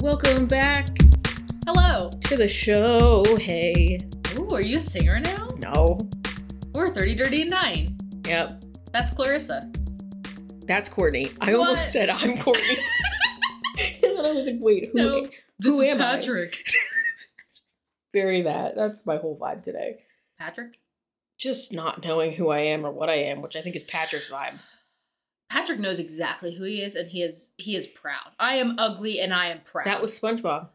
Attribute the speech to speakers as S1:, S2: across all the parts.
S1: Welcome back
S2: Hello.
S1: to the show. Hey.
S2: Ooh, are you a singer now?
S1: No.
S2: We're 30 Dirty and 9.
S1: Yep.
S2: That's Clarissa.
S1: That's Courtney. I
S2: What?
S1: almost said I'm Courtney. and then I was like, wait, who?
S2: No, This
S1: Who
S2: is
S1: am I?
S2: Patrick.
S1: Bury that. That's my whole vibe today.
S2: Patrick?
S1: Just not knowing who I am or what I am, which I think is Patrick's vibe.
S2: Patrick knows exactly who he is and he is he is proud. I am ugly and I am proud.
S1: That was SpongeBob.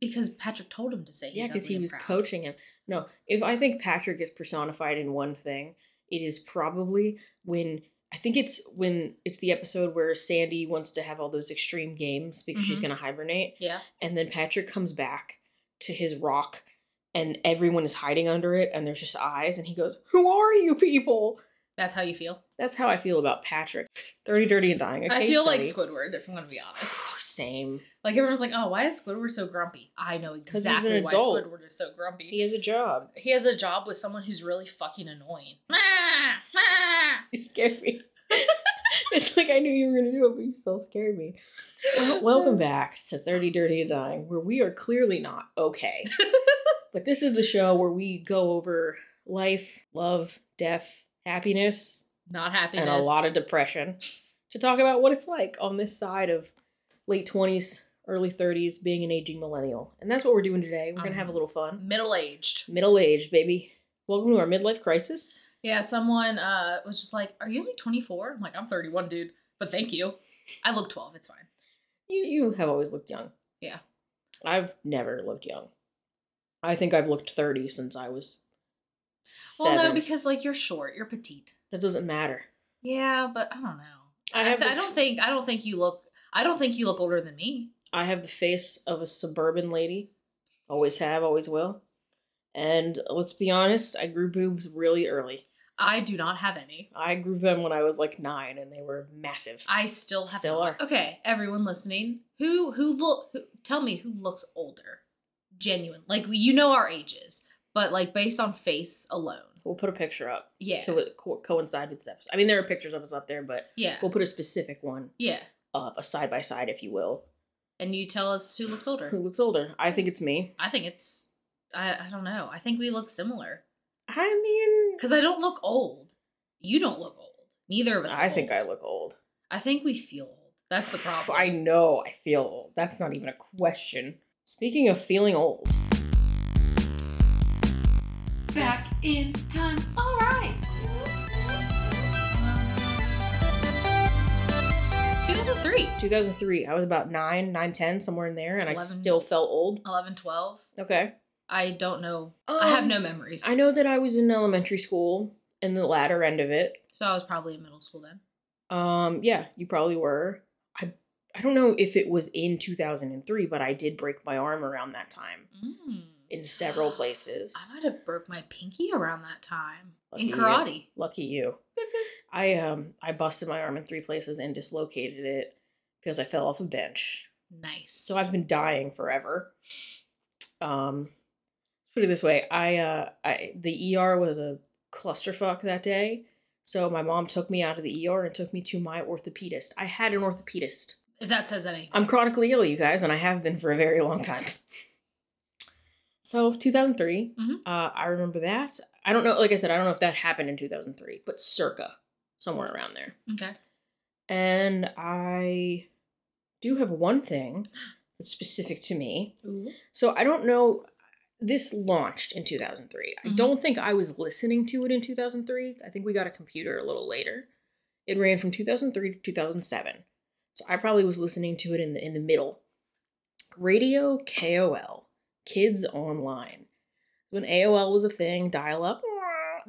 S2: because Patrick told him to say
S1: Yeah,
S2: he's
S1: because
S2: ugly
S1: he
S2: and
S1: was
S2: proud.
S1: coaching him. No, if I think Patrick is personified in one thing, it is probably when I think it's when it's the episode where Sandy wants to have all those extreme games because she's
S2: Mhm.
S1: going to hibernate,
S2: Yeah.
S1: and then Patrick comes back to his rock, and everyone is hiding under it, and there's just eyes, and he goes, "Who are you people?"
S2: That's how you feel.
S1: That's how I feel about Patrick. Thirty, dirty, and dying. A
S2: I
S1: case
S2: feel like
S1: study.
S2: Squidward, if I'm gonna be honest.
S1: Same.
S2: Like everyone's like, oh, why is Squidward so grumpy? I know
S1: 'Cause he's an
S2: exactly why
S1: adult.
S2: Squidward is so grumpy.
S1: He has a job.
S2: he has a job with someone who's really fucking annoying. Ah, ah.
S1: You scared me. it's like I knew you were gonna do it, but you still scared me. Well, welcome back to 30 Dirty and Dying, where we are clearly not okay. but this is the show where we go over life, love, death, happiness,
S2: Not happiness.
S1: and a lot of depression to talk about what it's like on this side of late 20s, early 30s, being an aging millennial. And that's what we're doing today. We're going to
S2: Um.
S1: have a little fun.
S2: middle aged.
S1: Middle aged, baby. Welcome to our midlife crisis.
S2: Yeah, someone uh, was just like, "Are you only 24?" I'm like, "I'm 31, dude." But thank you. I look 12. It's fine.
S1: You, you have always looked young.
S2: Yeah.
S1: I've never looked young. I think I've looked 30 since I was seven.
S2: Well, no, because like you're short, you're petite.
S1: That doesn't matter.
S2: Yeah, but I don't know.
S1: I
S2: I,
S1: have
S2: th-
S1: the
S2: I don't
S1: f-
S2: think I don't think you look. I don't think you look older than me.
S1: I have the face of a suburban lady. Always have, always will. And let's be honest, I grew boobs really early.
S2: I do not have any.
S1: I grew them when I was like nine and they were massive.
S2: I still have.
S1: Still
S2: not.
S1: are.
S2: Okay, everyone listening, who who look? Who, tell me who looks older, genuine. Like we, you know our ages, but like based on face alone.
S1: We'll put a picture up
S2: Yeah.
S1: to co- coincide with this episode. I mean, there are pictures of us up there, but
S2: yeah.
S1: we'll put a specific one
S2: yeah.
S1: up, a side by side, if you will.
S2: And you tell us who looks older.
S1: Who looks older? I think it's me.
S2: I think it's I, I don't know. I think we look similar
S1: I mean,
S2: because I don't look old. You don't look old. Neither of us.
S1: I
S2: look
S1: think
S2: old.
S1: I look old.
S2: I think we feel old. That's the problem.
S1: I know I feel old. That's not even a question. Speaking of feeling old,
S2: back in time. All right. Two thousand three.
S1: 2003, I was about 9, 9, 10, somewhere in there, and I
S2: 11.
S1: still felt old.
S2: 11, 12.
S1: Okay.
S2: I don't know. I have
S1: Um,
S2: no memories.
S1: I know that I was in elementary school in the latter end of it.
S2: So I was probably in middle school then.
S1: Um, yeah, you probably were. I I don't know if it was in 2003, but I did break my arm around that time
S2: Mm.
S1: in several places.
S2: I might have broke my pinky around that time
S1: Lucky you.
S2: in karate.
S1: Lucky you. I um I busted my arm in three places and dislocated it because I fell off a bench.
S2: nice.
S1: So I've been dying forever. Um, let's put it this way: I, uh, I the ER was a clusterfuck that day, so my mom took me out of the ER and took me to my orthopedist. I had an orthopedist.
S2: if that says anything.
S1: I'm chronically ill, you guys, and I have been for a very long time. So 2003,
S2: Mhm.
S1: uh, I remember that. I don't know, like I said, I don't know if that happened in 2003, but circa somewhere around there.
S2: okay.
S1: And I do have one thing that's specific to me. So I don't know. This launched in 2003. I
S2: Mhm.
S1: don't think I was listening to it in 2003. I think we got a computer a little later. It ran from 2003 to 2007. So I probably was listening to it in the in the middle. Radio KOL, Kids Online. When AOL was a thing, dial up,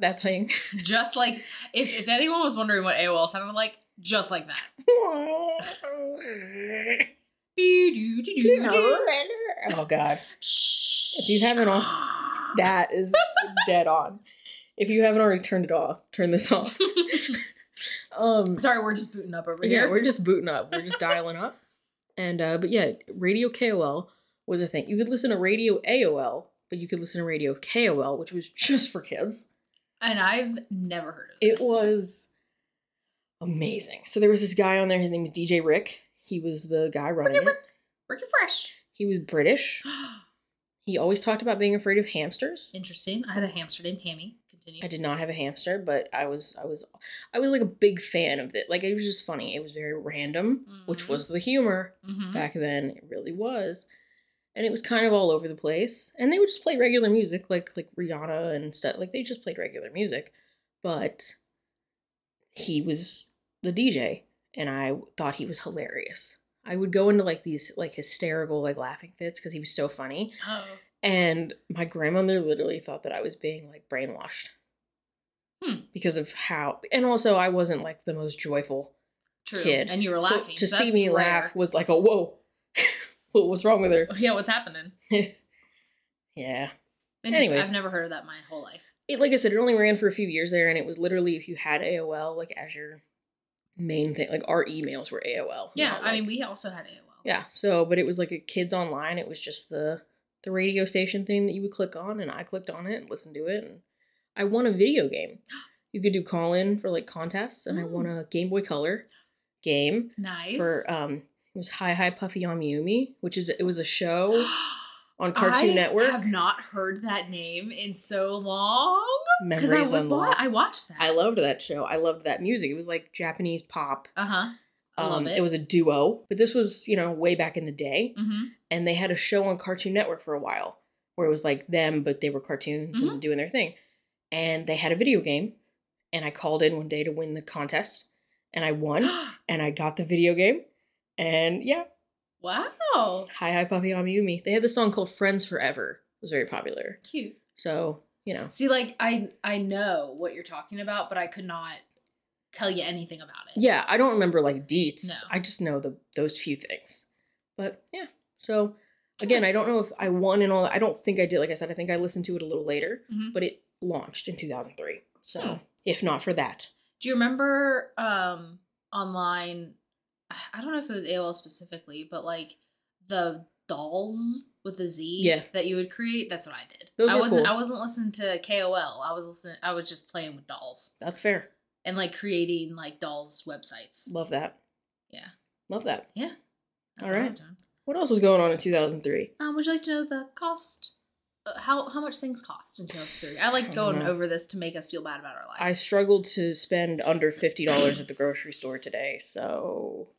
S1: that thing.
S2: Just like if, if anyone was wondering what AOL sounded like, just like that. If
S1: oh god. If you haven't al- That is dead on. If you haven't already turned it off, turn this off. Um
S2: Sorry, we're just booting up over
S1: yeah,
S2: here.
S1: we're just booting up. We're just dialing up. And uh but yeah, radio KOL was a thing. You could listen to radio AOL, but you could listen to radio KOL, which was just for kids.
S2: and I've never heard of
S1: It
S2: this.
S1: was amazing. So there was this guy on there, his name was DJ Rick. He was the guy running it.
S2: Ricky Fresh.
S1: He- He was British. He always talked about being afraid of hamsters.
S2: Interesting. I had a hamster named Hammy. Continue.
S1: I did not have a hamster, but I was I was I was like a big fan of it. Like it was just funny. It was very random, which
S2: Mhm.
S1: was the humor
S2: Mhm.
S1: back then. It really was. And it was kind of all over the place. And they would just play regular music, like like Rihanna and stuff. Like they just played regular music. But he was the DJ and I thought he was hilarious. I would go into like these like hysterical like laughing fits because he was so funny.
S2: Oh.
S1: And my grandmother literally thought that I was being like brainwashed
S2: Hmm.
S1: because of how, and also I wasn't like the most joyful
S2: True.
S1: kid.
S2: And you were
S1: So
S2: laughing.
S1: to
S2: so
S1: see
S2: that's
S1: me
S2: rare.
S1: laugh was like, oh, whoa, what was wrong with her?
S2: Oh, Yeah, what's happening?
S1: Yeah.
S2: Interesting.
S1: Anyways.
S2: I've never heard of that my whole life.
S1: It, like I said, it only ran for a few years there, and it was literally if you had AOL like as your main thing, like our emails were AOL.
S2: Yeah,
S1: not,
S2: I mean,
S1: like-
S2: we also had AOL.
S1: yeah. So, but it was like a kids online. It was just the the radio station thing that you would click on, and I clicked on it and listened to it. And I won a video game. You could do call in for like contests, and I won a Game Boy Color game
S2: Oh. Nice.
S1: for um it was Hi Hi Puffy Yumi, which is it was a show on Cartoon
S2: I
S1: Network.
S2: have not heard that name in so long. Because I
S1: Memories
S2: was wa-
S1: unlocked.
S2: I watched that.
S1: I loved that show. I loved that music. It was like Japanese pop.
S2: Uh huh. I love
S1: Um,
S2: it.
S1: it was a duo, but this was you know way back in the day.
S2: Mm-hmm.
S1: and they had a show on Cartoon Network for a while where it was like them, but they were cartoons and doing their thing. And they had a video game, and I called in one day to win the contest, and I won, and I got the video game. And yeah,
S2: wow.
S1: hi hi puppy, I'm Yumi. They had this song called "Friends Forever," it was very popular.
S2: Cute.
S1: So you know,
S2: See, like I I know what you're talking about, but I could not tell you anything about it.
S1: yeah, I don't remember like deets.
S2: No.
S1: I just know the those few things. But yeah, so again, I don't know if I won and all. I don't think I did. Like I said, I think I listened to it a little later.
S2: Mhm.
S1: but it launched in 2003. So,
S2: Hmm.
S1: if not for that,
S2: Do you remember um online? I- I don't know if it was AOL specifically, but like the dolls with the Z
S1: Yeah.
S2: that you would create. That's what I did.
S1: Those
S2: I
S1: were
S2: wasn't
S1: cool.
S2: I wasn't listening to KOL. I was listening. I was just playing with dolls
S1: that's fair.
S2: and like creating like dolls websites.
S1: Love that.
S2: Yeah.
S1: Love that.
S2: That's
S1: all
S2: what I
S1: right.
S2: was doing.
S1: What else was going on in 2003?
S2: Um, would you like to know the cost? Uh, how how much things cost in 2003? I like
S1: I don't
S2: going
S1: know.
S2: over this to make us feel bad about our lives.
S1: I struggled to spend under $50 at the grocery store today, so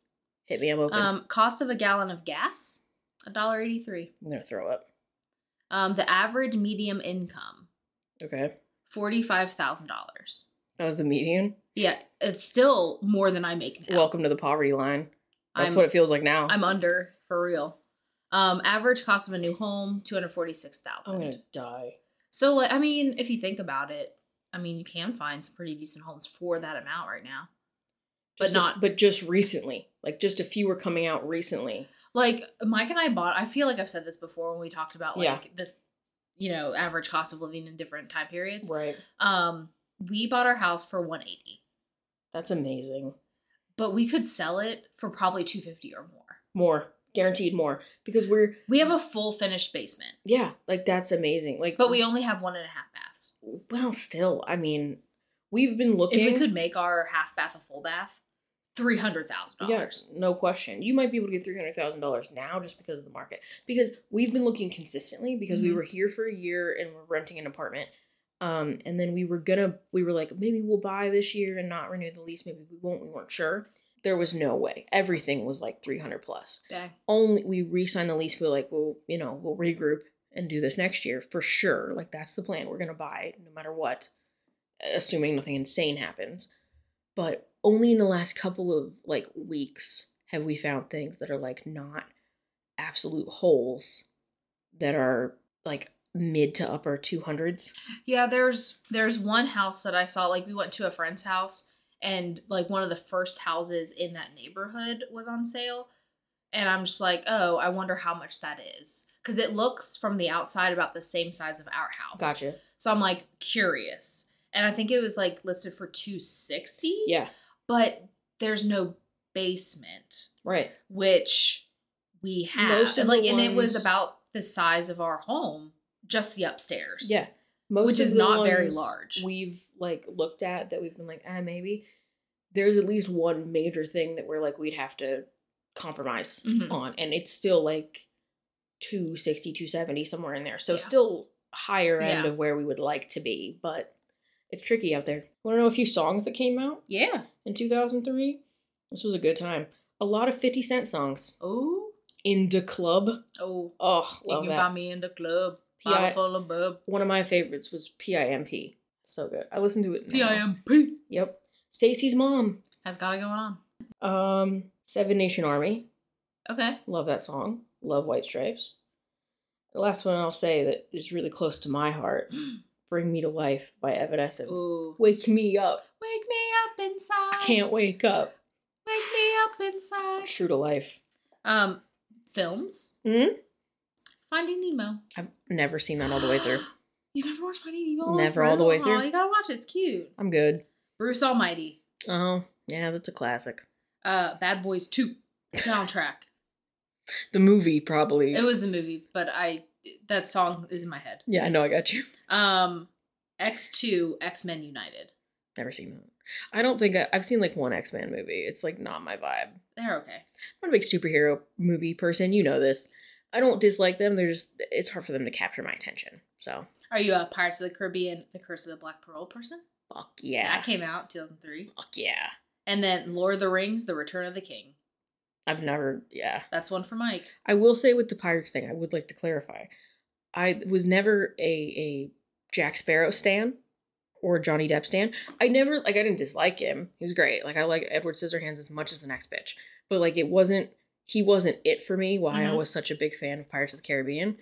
S1: hit me, I'm open.
S2: um, cost of a gallon of gas, a dollar eighty three.
S1: I'm going to throw up.
S2: Um, the average medium income,
S1: Okay.
S2: forty five thousand dollars.
S1: That was the median.
S2: Yeah, it's still more than I make now.
S1: Welcome to the poverty line. That's
S2: I'm,
S1: what it feels like now.
S2: I'm under for real. Um, average cost of a new home, two hundred forty six
S1: I'm going to
S2: thousand.
S1: die.
S2: So like, I mean, if you think about it, I mean, you can find some pretty decent homes for that amount right now. But
S1: Just a-
S2: not-
S1: but just recently. Like just a few were coming out recently.
S2: like Mike and I bought. I feel like I've said this before when we talked about like
S1: Yeah.
S2: this, you know, average cost of living in different time periods.
S1: Right.
S2: Um, we bought our house for one eighty,
S1: That's amazing.
S2: but we could sell it for probably two fifty or more.
S1: More. Guaranteed more because we're
S2: We have a full finished basement,
S1: yeah, like that's amazing. Like
S2: but we only have one and a half baths.
S1: well, still, I mean, we've been looking.
S2: If we could make our half bath a full bath, three hundred thousand
S1: yeah,
S2: dollars.
S1: no question. You might be able to get three hundred thousand dollars now just because of the market. Because we've been looking consistently because we
S2: Mhm.
S1: were here for a year and we're renting an apartment. Um, and then we were gonna, we were like, maybe we'll buy this year and not renew the lease. Maybe we won't. We weren't sure. There was no way. Everything was like three hundred plus.
S2: Dang.
S1: Only we re-signed the lease. We were like, well, you know, we'll regroup and do this next year for sure. Like that's the plan. We're gonna buy no matter what, assuming nothing insane happens. But only in the last couple of like weeks have we found things that are like not absolute holes that are like mid to upper two hundreds.
S2: Yeah, there's there's one house that I saw. Like we went to a friend's house, and like one of the first houses in that neighborhood was on sale, and I'm just like, oh, I wonder how much that is, because it looks from the outside about the same size of our house.
S1: Gotcha.
S2: So I'm like curious, and I think it was like listed for two sixty.
S1: Yeah.
S2: But there's no basement,
S1: Right.
S2: which we have.
S1: Most of
S2: like,
S1: the
S2: and it was
S1: ones-
S2: about the size of our home, just the upstairs.
S1: Yeah. Most
S2: Which
S1: of
S2: is
S1: the
S2: not very
S1: ones
S2: large.
S1: We've like looked at that we've been like, ah, maybe. There's at least one major thing that we're like we'd have to compromise
S2: Mhm.
S1: on. And it's still like 260, 270, somewhere in there. So
S2: Yeah.
S1: still higher end
S2: Yeah.
S1: of where we would like to be, but it's tricky out there. Want to know a few songs that came out
S2: Yeah.
S1: in 2003? This was a good time. A lot of 50 Cent songs.
S2: Oh.
S1: In the club.
S2: Oh.
S1: Oh,
S2: You
S1: love
S2: can
S1: that.
S2: find me in the club.
S1: P.I.
S2: Bottle full of bub.
S1: One of my favorites was PIMP. So good. I listened to it. now.
S2: P.I.M.P.
S1: Yep. Stacy's mom.
S2: Has got it going on.
S1: Um, Seven Nation Army.
S2: Okay.
S1: Love that song. Love White Stripes. The last one I'll say that is really close to my heart Bring Me to Life by Evanescence.
S2: Ooh.
S1: Wake me up.
S2: Wake me up inside.
S1: I can't wake up.
S2: Wake me up inside.
S1: True to life.
S2: Um, films.
S1: Mhm.
S2: Finding Nemo.
S1: I've never seen that all the way through.
S2: You never watched Finding Nemo?
S1: Never all the way
S2: Grandma,
S1: through.
S2: You gotta watch it. It's cute.
S1: I'm good.
S2: Bruce Almighty.
S1: Oh, yeah, that's a classic.
S2: Uh, Bad Boys Two soundtrack.
S1: The movie, probably.
S2: it was the movie, but I that song is in my head.
S1: yeah, I know, I got you.
S2: Um, X Two X Men United.
S1: Never seen that. I don't think I, I've seen like one X Men movie. It's like not my vibe.
S2: They're okay.
S1: I'm not a big superhero movie person. You know this. I don't dislike them. They're just it's hard for them to capture my attention. So
S2: Are you a Pirates of the Caribbean: The Curse of the Black Pearl person?
S1: fuck yeah,
S2: That came out 2003,
S1: fuck yeah.
S2: and then Lord of the Rings: The Return of the King.
S1: I've never yeah.
S2: That's one for Mike.
S1: I will say with the pirates thing, I would like to clarify. I was never a a Jack Sparrow stan or Johnny Depp stan. I never like I didn't dislike him. He was great. Like I like Edward Scissorhands as much as the next bitch. But like it wasn't he wasn't it for me. Why I
S2: Mhm.
S1: was such a big fan of Pirates of the Caribbean.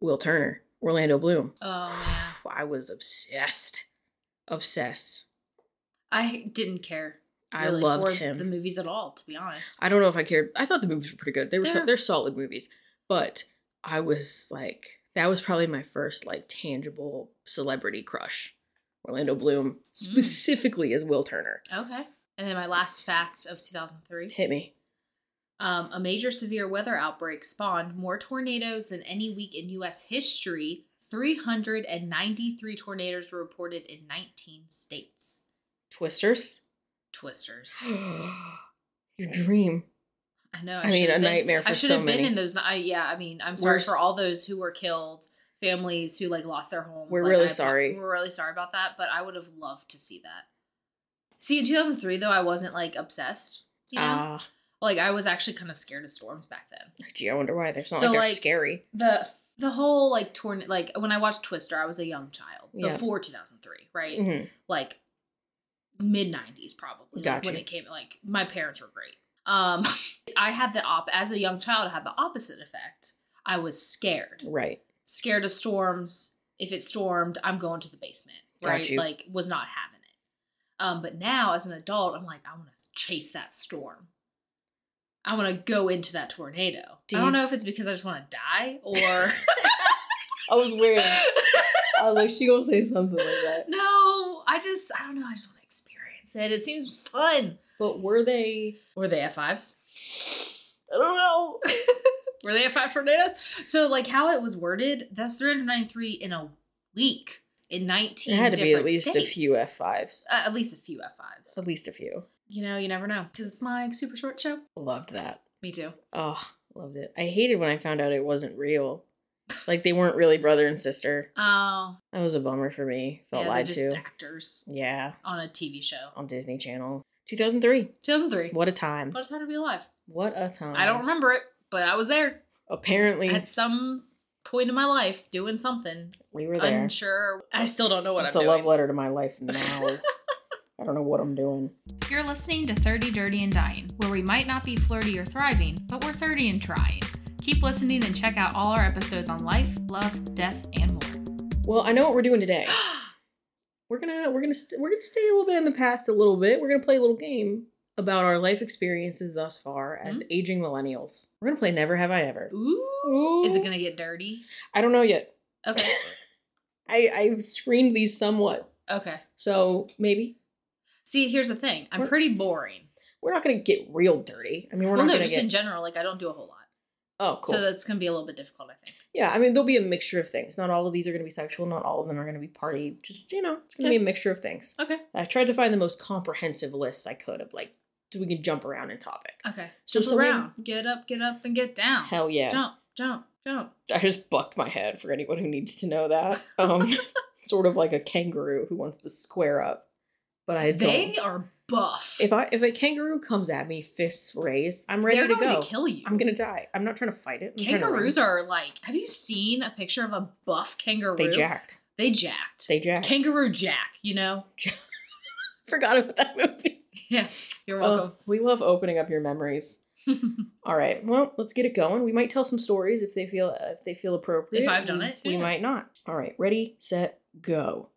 S1: Will Turner, Orlando Bloom.
S2: Oh man,
S1: I was obsessed. Obsessed.
S2: I didn't care.
S1: I
S2: really
S1: loved
S2: for
S1: him.
S2: The movies at all, to be honest.
S1: I don't know if I cared. I thought the movies were pretty good. They were so,
S2: They're-
S1: they're solid movies, but I was like that was probably my first like tangible celebrity crush. Orlando Bloom specifically as Will Turner.
S2: Okay. And then my last fact of 2003:
S1: Hit me.
S2: um, a major severe weather outbreak spawned more tornadoes than any week in U.S. history. 393 tornadoes were reported in 19 states.
S1: Twisters.
S2: Twisters.
S1: Your dream.
S2: I know.
S1: I mean,
S2: should
S1: a
S2: have been-
S1: nightmare for
S2: I should
S1: so
S2: have been
S1: many.
S2: in those. ni- I, yeah, I mean, I'm sorry
S1: We're-
S2: for all those who were killed, families who like lost their homes.
S1: We're
S2: Like,
S1: really
S2: I apo-
S1: sorry.
S2: We're really sorry about that, but I would have loved to see that. See, in 2003 though, I wasn't like obsessed. You know,
S1: Ah,
S2: like I was actually kind of scared of storms back then.
S1: gee, I wonder why. They're not
S2: So,
S1: like they're
S2: like-
S1: scary.
S2: The the whole like torn like when I watched Twister, I was a young child
S1: Yeah.
S2: before 2003, right?
S1: Mhm.
S2: Like mid 90s probably like,
S1: Gotcha.
S2: when it came. Like my parents were great. Um, I had the op as a young child. I had the opposite effect. I was scared,
S1: Right.
S2: scared of storms. If it stormed, I'm going to the basement, right?
S1: Got you.
S2: Like was not having it. Um, but now as an adult, I'm like, I want to chase that storm. I want to go into that tornado.
S1: Do
S2: I don't
S1: you-
S2: know if it's because I just want to die or
S1: I was weird. I was like, she gonna say something like that.
S2: no. I just I don't know. I just want to experience it. It seems fun.
S1: But were they?
S2: Were they F fives?
S1: I don't know.
S2: Were they at five tornadoes? So like how it was worded, that's 393 in a week in 19
S1: It had to be at
S2: different
S1: least a
S2: states.
S1: few F fives.
S2: Uh, at least a few F5s.
S1: At least a few.
S2: You know, you never know cuz it's my super short show.
S1: Loved that.
S2: Me too.
S1: Oh, loved it. I hated when I found out it wasn't real. Like they weren't really brother and sister.
S2: Oh,
S1: That was a bummer for me. Felt
S2: yeah,
S1: lied
S2: they're just
S1: to.
S2: actors
S1: Yeah,
S2: on a TV show.
S1: on Disney Channel. 2003.
S2: 2003.
S1: What Um, a time.
S2: What a time to be alive.
S1: What a time.
S2: I don't remember it, but I was there
S1: Apparently,
S2: at some point in my life doing something.
S1: we were there.
S2: Unsure. I still don't know what
S1: it's
S2: I'm
S1: a
S2: doing.
S1: love letter to my life now. I don't know what I'm doing.
S2: You're listening to 30 Dirty and Dying, where we might not be flirty or thriving, but we're 30 and trying. Keep listening and check out all our episodes on life, love, death, and more.
S1: Well, I know what we're doing today. We're gonna we're gonna st- we're gonna stay a little bit in the past a little bit. We're gonna play a little game about our life experiences thus far
S2: Mm-hmm.
S1: as aging millennials. We're gonna play Never Have I Ever.
S2: Ooh. Is it going to get dirty?
S1: I don't know yet.
S2: Okay.
S1: I I've screened these somewhat,
S2: Okay.
S1: so maybe
S2: See, here's the thing. I'm
S1: We're-
S2: pretty boring.
S1: we're not gonna get real dirty. I mean, we're
S2: well,
S1: not
S2: no,
S1: gonna
S2: just
S1: get.
S2: in general. Like, I don't do a whole lot.
S1: oh, cool.
S2: So that's going to be a little bit difficult, I think.
S1: yeah, I mean, there'll be a mixture of things. Not all of these are gonna be sexual. Not all of them are gonna be party. Just you know, it's gonna
S2: Okay.
S1: be a mixture of things.
S2: Okay.
S1: I tried to find the most comprehensive list I could of like, so we can jump around in topic.
S2: Okay.
S1: So
S2: Jump
S1: some-
S2: around. Get up, get up, and get down.
S1: Hell yeah.
S2: Jump, jump. Jump.
S1: I just bucked my head for anyone who needs to know that. Um, sort of like a kangaroo who wants to square up, but I
S2: They
S1: don't.
S2: are buff.
S1: If I if a kangaroo comes at me, fists raised, I'm ready
S2: They're
S1: to
S2: going
S1: go.
S2: to kill you.
S1: I'm gonna die. I'm not trying to fight it. I'm trying to run.
S2: Kangaroos are like. Have you seen a picture of a buff kangaroo?
S1: they jacked.
S2: They jacked.
S1: They jacked.
S2: Kangaroo Jack. You know.
S1: Forgot about that movie.
S2: Yeah. You're
S1: Oh,
S2: welcome.
S1: we love opening up your memories. All right, well, let's get it going. We might tell some stories if they feel if they feel appropriate.
S2: If I've done
S1: We-
S2: it, who
S1: we
S2: knows?
S1: might not. All right, ready, set, go.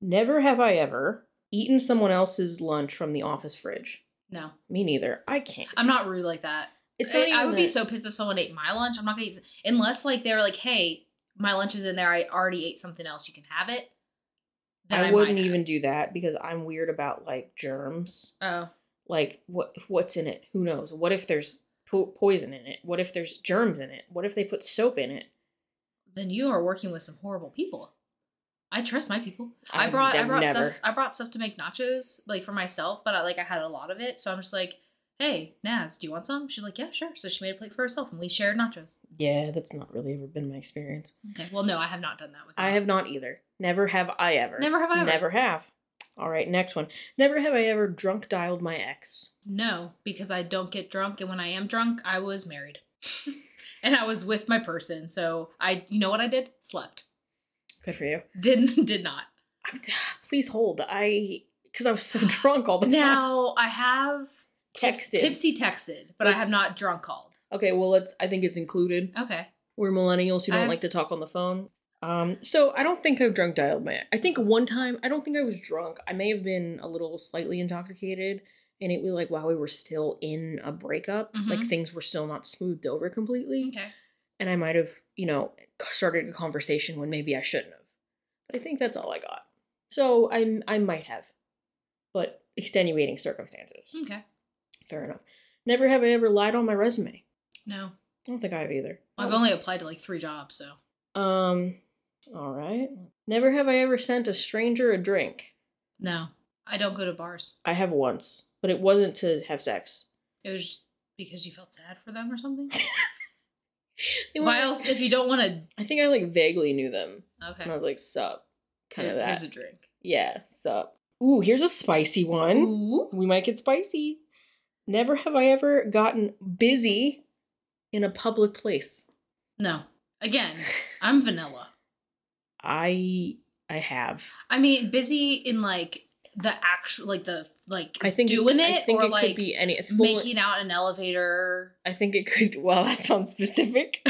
S1: Never have I ever eaten someone else's lunch from the office fridge.
S2: no,
S1: Me neither. I can't.
S2: I'm not rude like that.
S1: It's
S2: I, I would be
S1: that-
S2: so pissed if someone ate my lunch. I'm not gonna eat unless like they were like, "Hey, my lunch is in there. I already ate something else. You can have it." Then
S1: I
S2: might
S1: wouldn't
S2: have.
S1: even do that because I'm weird about like germs.
S2: Oh,
S1: Like what what's in it? Who knows? What if there's po- poison in it? What if there's germs in it? What if they put soap in it?
S2: then you are working with some horrible people. I trust my people. I
S1: I'm
S2: brought I
S1: them
S2: brought
S1: never.
S2: stuff I brought stuff to make nachos like for myself, but I like I had a lot of it, so I'm just like, "Hey, Naz, do you want some?" She's like, "Yeah, sure." So she made a plate for herself, and we shared nachos.
S1: Yeah, that's not really ever been my experience.
S2: Okay. Well, no, I have not done that with.
S1: I
S2: mine.
S1: have not either. Never have I ever.
S2: Never have I ever.
S1: Never have. All right, next one. Never have I ever drunk dialed my ex.
S2: No, because I don't get drunk, and when I am drunk, I was married, and I was with my person. So I, you know what I did? Slept.
S1: Good for you.
S2: Didn't did not.
S1: I'm, please hold. I because I was so drunk all the time.
S2: Now I have tips-
S1: Texted.
S2: tipsy texted, but I have
S1: Let's-
S2: not drunk called.
S1: Okay, well let's. I think it's included.
S2: Okay,
S1: We're millennials who don't
S2: I've-
S1: like to talk on the phone. Um, so I don't think I've drunk dialed my. I think one time I don't think I was drunk. I may have been a little slightly intoxicated, and it was like while we were still in a breakup, like
S2: Mhm.
S1: things were still not smoothed over completely.
S2: okay.
S1: and I might have, you know, started a conversation when maybe I shouldn't have. But I think that's all I got. So I I might have, but extenuating circumstances.
S2: Okay.
S1: Fair enough. Never have I ever lied on my resume.
S2: No,
S1: I don't think I have either.
S2: I've only applied to like three jobs, so
S1: um. All right. Never have I ever sent a stranger a drink.
S2: no, I don't go to bars.
S1: I have once, but it wasn't to have sex.
S2: It was because you felt sad for them or something.
S1: They
S2: Why
S1: weren't-
S2: else? If you don't want to,
S1: I think I like vaguely knew them,
S2: okay.
S1: and I was like, "Sup," kind of
S2: Here-
S1: that.
S2: Here's a drink.
S1: yeah, sup. Ooh, here's a spicy one.
S2: Ooh.
S1: we might get spicy. Never have I ever gotten busy in a public place.
S2: No. Again, I'm vanilla.
S1: I I have.
S2: I mean, busy in like the actual, like the like
S1: I think
S2: doing it,
S1: I think
S2: or
S1: it
S2: like
S1: could be any. full-
S2: making out in an elevator.
S1: I think it could. Well, that sounds specific.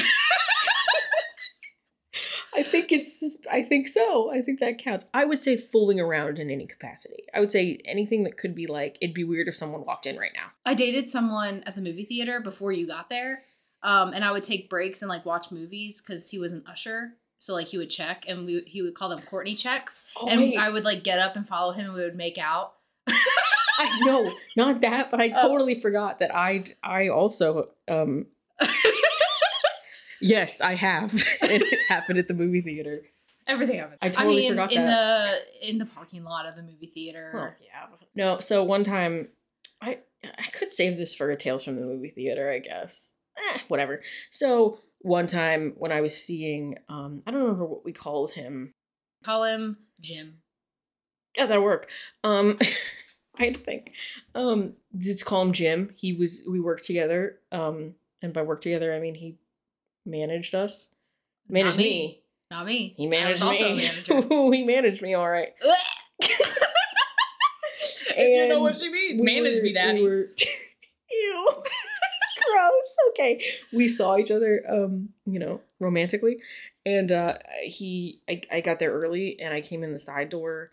S1: I think it's. I think so. I think that counts. I would say fooling around in any capacity. I would say anything that could be like. It'd be weird if someone walked in right now.
S2: I dated someone at the movie theater before you got there, um, and I would take breaks and like watch movies because he was an usher. So like he would check, and we he would call them Courtney checks,
S1: Oh,
S2: and
S1: wait.
S2: I would like get up and follow him, and we would make out.
S1: I know, not that, but I
S2: Oh.
S1: totally forgot that I I also um Yes, I have. and it happened at the movie theater.
S2: Everything happened.
S1: I totally
S2: mean,
S1: forgot
S2: in the in the parking lot of the movie theater.
S1: yeah. No, so one time I I could save this for a Tales from the Movie Theater, I guess. Eh, whatever. So one time when I was seeing um I don't remember what we called him.
S2: Call him Jim.
S1: Yeah, that'll work. Um I had to think. Um let's call him Jim. He was we worked together. Um and by work together I mean he managed us.
S2: Not
S1: Managed
S2: me.
S1: me.
S2: Not me.
S1: He managed
S2: I was also a
S1: me.
S2: manager.
S1: he managed me all right.
S2: if you know what she means. manage me, daddy.
S1: We were, ew. Gross. Okay. We saw each other um, you know, romantically. And uh he I, I got there early and I came in the side door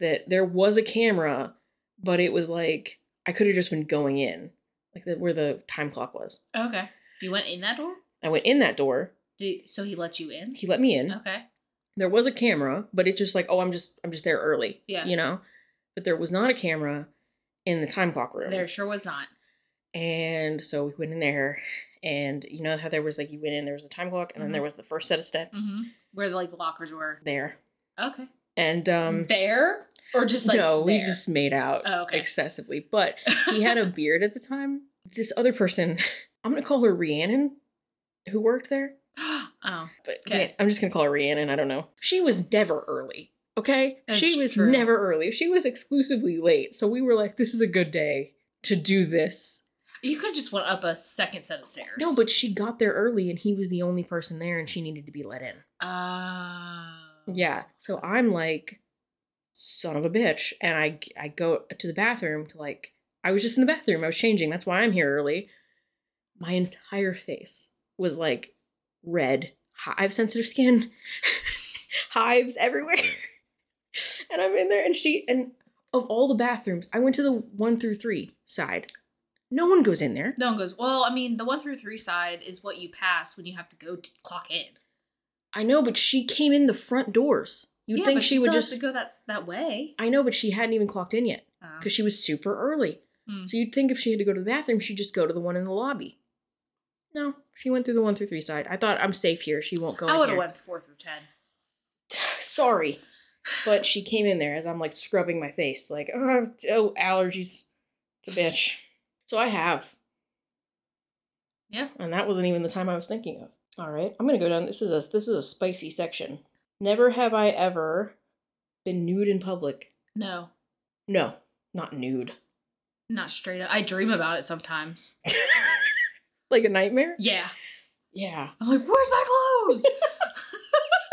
S1: that there was a camera, but it was like I could have just been going in. Like the, where the time clock was.
S2: okay. You went in that door?
S1: I went in that door.
S2: Did, so he let you in?
S1: He let me in.
S2: Okay.
S1: there was a camera, but it just like, oh, I'm just I'm just there early.
S2: Yeah.
S1: You know? But there was not a camera in the time clock room.
S2: There sure was not.
S1: And so we went in there and you know how there was like you went in, there was a time clock, and then
S2: Mm-hmm.
S1: there was the first set of steps
S2: Mhm. Where the, like the lockers were.
S1: there.
S2: Okay.
S1: And um
S2: there or just like
S1: no, we
S2: there?
S1: just made out
S2: Oh, okay.
S1: excessively. But he had a beard at the time. This other person, I'm gonna call her Rhiannon, who worked there.
S2: Oh.
S1: But
S2: Okay.
S1: Dan- I'm just gonna call her Rhiannon. I don't know. She was never early. Okay,
S2: That's
S1: she was
S2: true.
S1: never early. She was exclusively late. So we were like, this is a good day to do this.
S2: You could have just went up a second set of stairs.
S1: No, but she got there early, and he was the only person there, and she needed to be let in.
S2: Uh,
S1: Yeah. So I'm like, son of a bitch. And I I go to the bathroom to like I was just in the bathroom. I was changing. That's why I'm here early. My entire face was like red. Hi- I have sensitive skin. Hives everywhere. and I'm in there and she and of all the bathrooms, I went to the 1 through 3 side. No one goes in there.
S2: No one goes, well, I mean, the one through three side is what you pass when you have to go to clock in.
S1: I know, but she came in the front doors. You'd
S2: Yeah,
S1: think
S2: but
S1: she would
S2: still has
S1: just
S2: to go that, s- that way.
S1: I know, but she hadn't even clocked in yet.
S2: Uh,
S1: because she was super early.
S2: Hmm.
S1: So you'd think if she had to go to the bathroom, she'd just go to the one in the lobby. No, she went through the one through three side. I thought I'm safe here. She won't go.
S2: I
S1: in
S2: would have
S1: here.
S2: went four through ten.
S1: Sorry, but she came in there as I'm like scrubbing my face, like oh, oh allergies. It's a bitch. So I have,
S2: Yeah.
S1: and that wasn't even the time I was thinking of. All right, I'm gonna go down. This is a this is a spicy section. Never have I ever been nude in public.
S2: No,
S1: No, not nude.
S2: not straight up. I dream about it sometimes.
S1: like a nightmare.
S2: Yeah.
S1: Yeah.
S2: I'm like, where's my clothes?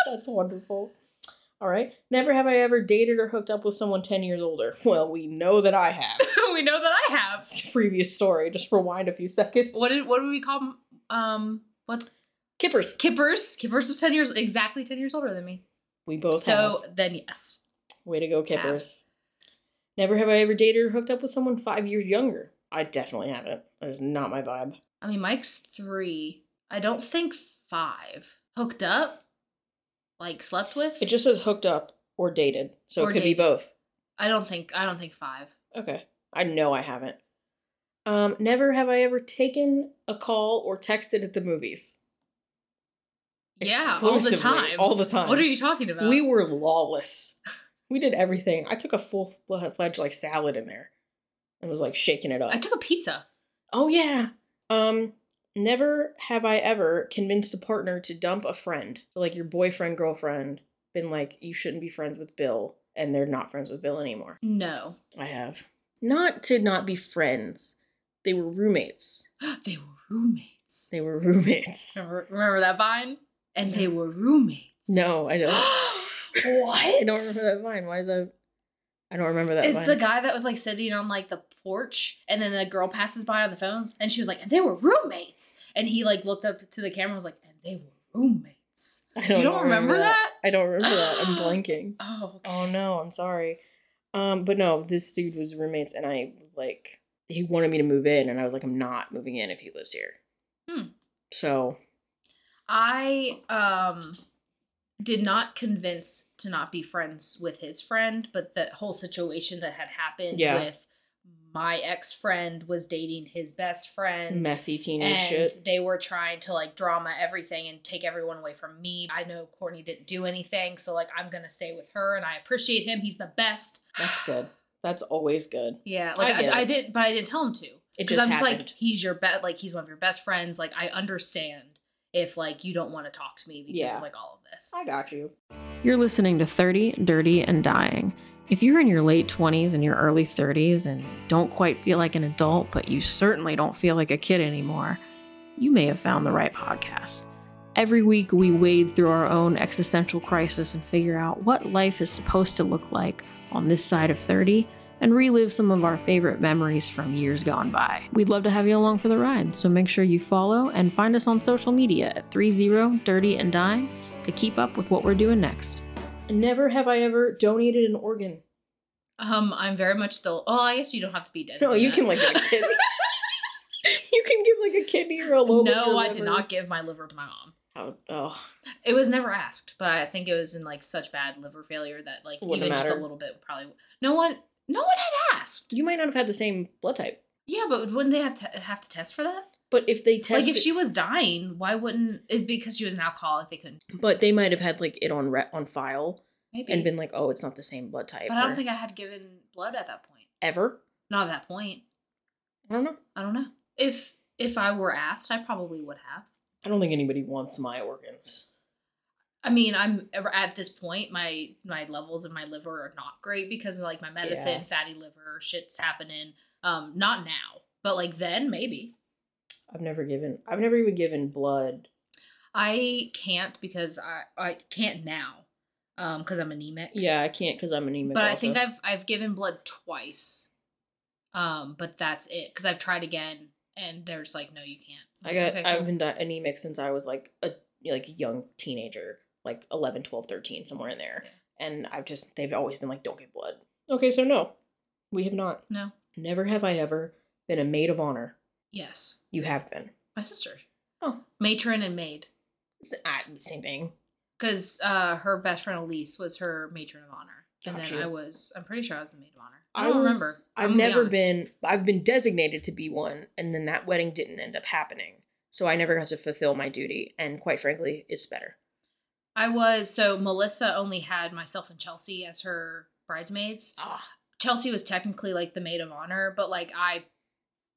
S1: That's wonderful. All right. Never have I ever dated or hooked up with someone 10 years older. Well, we know that I have.
S2: we know that I have.
S1: It's a previous story. Just rewind a few seconds.
S2: What did what do we call 'em? um what
S1: Kippers.
S2: Kippers? Kippers was ten years exactly ten years older than me.
S1: We both
S2: So
S1: have.
S2: then yes.
S1: Way to go, Kippers. Never have I ever dated or hooked up with someone five years younger. I definitely haven't. That is not my vibe.
S2: I mean Mike's three. I don't think five. Hooked up? Like slept with?
S1: It just says hooked up or dated. So
S2: Or
S1: it could
S2: dated.
S1: be both.
S2: I don't think I don't think five.
S1: Okay. I know I haven't. Um, never have I ever taken a call or texted at the movies.
S2: Yeah, all the
S1: Exclusively,
S2: time.
S1: All the time.
S2: What are you talking about?
S1: We were lawless. We did everything. I took a full fledged like salad in there and was like shaking it up.
S2: I took a pizza.
S1: oh yeah. Um never have I ever convinced a partner to dump a friend. So like your boyfriend, girlfriend, been like you shouldn't be friends with Bill and they're not friends with Bill anymore.
S2: No.
S1: I have. Not to not be friends. They were roommates.
S2: They were roommates.
S1: They were roommates.
S2: Remember, remember that vine? And they
S1: Yeah.
S2: were roommates.
S1: No, I don't.
S2: what?
S1: I don't remember that vine. Why is that? I don't remember that
S2: It's
S1: vine.
S2: the guy that was like sitting on like the porch, and then the girl passes by on the phones, and she was like, "And they were roommates." And he like looked up to the camera, and was like, "And they were roommates."
S1: I don't
S2: you don't remember, that?
S1: I don't remember that. I'm blanking.
S2: Oh, okay.
S1: Oh no, I'm sorry. Um, but no, this dude was roommates, and I was like, he wanted me to move in, and I was like, I'm not moving in if he lives here.
S2: Hmm.
S1: So
S2: I um did not convince to not be friends with his friend, but that whole situation that had happened
S1: Yeah.
S2: with my ex friend was dating his best friend.
S1: messy teenage
S2: and
S1: shit.
S2: they were trying to like drama everything and take everyone away from me. I know Courtney didn't do anything, so like I'm gonna stay with her, and I appreciate him. He's the best.
S1: That's good. That's always good.
S2: Yeah, like
S1: I get
S2: I, I,
S1: it.
S2: didn't, but I didn't tell him to
S1: It
S2: because
S1: just
S2: I'm just
S1: happened.
S2: like he's your bet, like he's one of your best friends. Like I understand if like you don't want to talk to me because
S1: Yeah.
S2: of like all of this.
S1: I got you. You're listening to 30, Dirty, and Dying. If you're in your late 20s and your early 30s and don't quite feel like an adult, but you certainly don't feel like a kid anymore, you may have found the right podcast. Every week, we wade through our own existential crisis and figure out what life is supposed to look like on this side of 30 and relive some of our favorite memories from years gone by. We'd love to have you along for the ride, so make sure you follow and find us on social media at 30 Dirty and Dying to keep up with what we're doing next. Never have I ever donated an organ.
S2: Um, I'm very much still. Oh, I guess you don't have to be dead.
S1: No,
S2: for
S1: you
S2: that.
S1: can like give a kidney. you can give like a kidney or a lobe. of
S2: no,
S1: your
S2: I did
S1: liver.
S2: not give my liver to my mom.
S1: How, oh,
S2: It was never asked, but I think it was in like such bad liver failure that like
S1: Wouldn't
S2: even just a
S1: matter.
S2: little bit probably no one no one had asked.
S1: you might not have had the same blood type,
S2: Yeah, but wouldn't they have to have to test for that?
S1: but if they tested,
S2: Like if she was dying, why wouldn't? It's because she was an alcoholic. They couldn't.
S1: but they might have had like it on re- on file
S2: Maybe.
S1: and been like, oh, it's not the same blood type.
S2: but I
S1: or-
S2: don't think I had given blood at that point.
S1: ever.
S2: Not at that point.
S1: I don't know.
S2: I don't know. If if I were asked, I probably would have.
S1: I don't think anybody wants my organs.
S2: I mean, I'm at this point, my my levels in my liver are not great because of, like my medicine,
S1: Yeah.
S2: fatty liver, shit's happening. Um, not now, but like then maybe.
S1: I've never given. I've never even given blood.
S2: I can't because I I can't now, um, because I'm anemic.
S1: Yeah, I can't because I'm anemic.
S2: but I
S1: also.
S2: think I've I've given blood twice, um, but that's it because I've tried again and there's like no, you can't.
S1: I got
S2: Okay,
S1: I've
S2: cool.
S1: been di- anemic since I was like a like a young teenager, like 11, 12, 13, somewhere in there. And I've just they've always been like don't give blood. Okay, so no. We have not.
S2: No.
S1: Never have I ever been a maid of honor.
S2: yes,
S1: You have been.
S2: my sister.
S1: Oh.
S2: matron and maid.
S1: S- I- same thing.
S2: because uh, her best friend Elise was her matron of honor, and then
S1: Gotcha.
S2: I was. I'm pretty sure I was the maid of honor. I don't remember.
S1: was-
S2: I'm
S1: I've
S2: gonna be
S1: never
S2: honest.
S1: been I've been designated to be one and then that wedding didn't end up happening. So I never got to fulfill my duty and quite frankly, it's better.
S2: I was so Melissa only had myself and Chelsea as her bridesmaids.
S1: Ah.
S2: Chelsea was technically like the maid of honor, but like I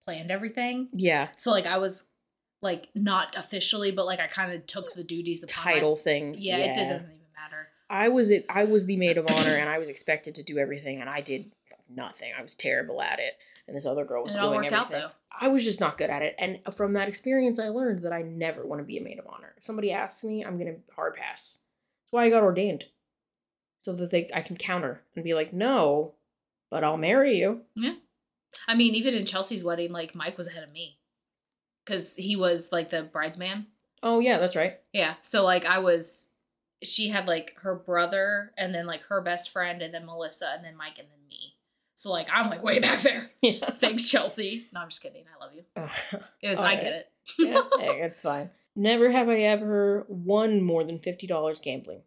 S2: planned everything,
S1: Yeah.
S2: so like I was like not officially, but like I kind of took the duties of
S1: Title things.
S2: Yeah, It, it doesn't even matter.
S1: I was it. I was the maid of honor, and I was expected to do everything, and I did nothing. I was terrible at it, and this other girl was
S2: And it all
S1: doing
S2: worked
S1: everything.
S2: out though.
S1: I was just not good at it, and from that experience, I learned that I never want to be a maid of honor. If somebody asks me, I'm gonna hard pass. That's why I got ordained, so that they I can counter and be like, no, but I'll marry you.
S2: I mean, even in Chelsea's wedding, like Mike was ahead of me because he was like the bridesman.
S1: Oh yeah, that's right.
S2: Yeah. So like I was she had like her brother and then like her best friend and then Melissa and then Mike and then me. So like I'm like way back there.
S1: Yeah,
S2: Thanks, Chelsea. No, I'm just kidding. I love you. It was I
S1: Alright.
S2: get it.
S1: yeah, hey, that's fine. Never have I ever won more than fifty dollars gambling.